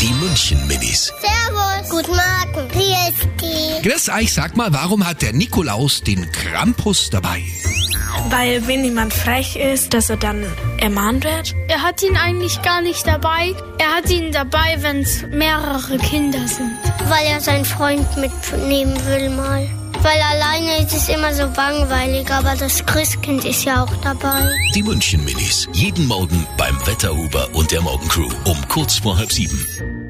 Die München Minis. Servus. Guten Morgen. Wie ist die? Chris, ich sag mal, warum hat der Nikolaus den Krampus dabei? Weil wenn jemand frech ist, dass er dann ermahnt wird. Er hat ihn eigentlich gar nicht dabei. Er hat ihn dabei, wenn es mehrere Kinder sind. Weil er seinen Freund mitnehmen will mal. Weil alleine ist es immer so langweilig, aber das Christkind ist ja auch dabei. Die München Minis. Jeden Morgen beim Wetterhuber und der Morgencrew um kurz vor halb sieben.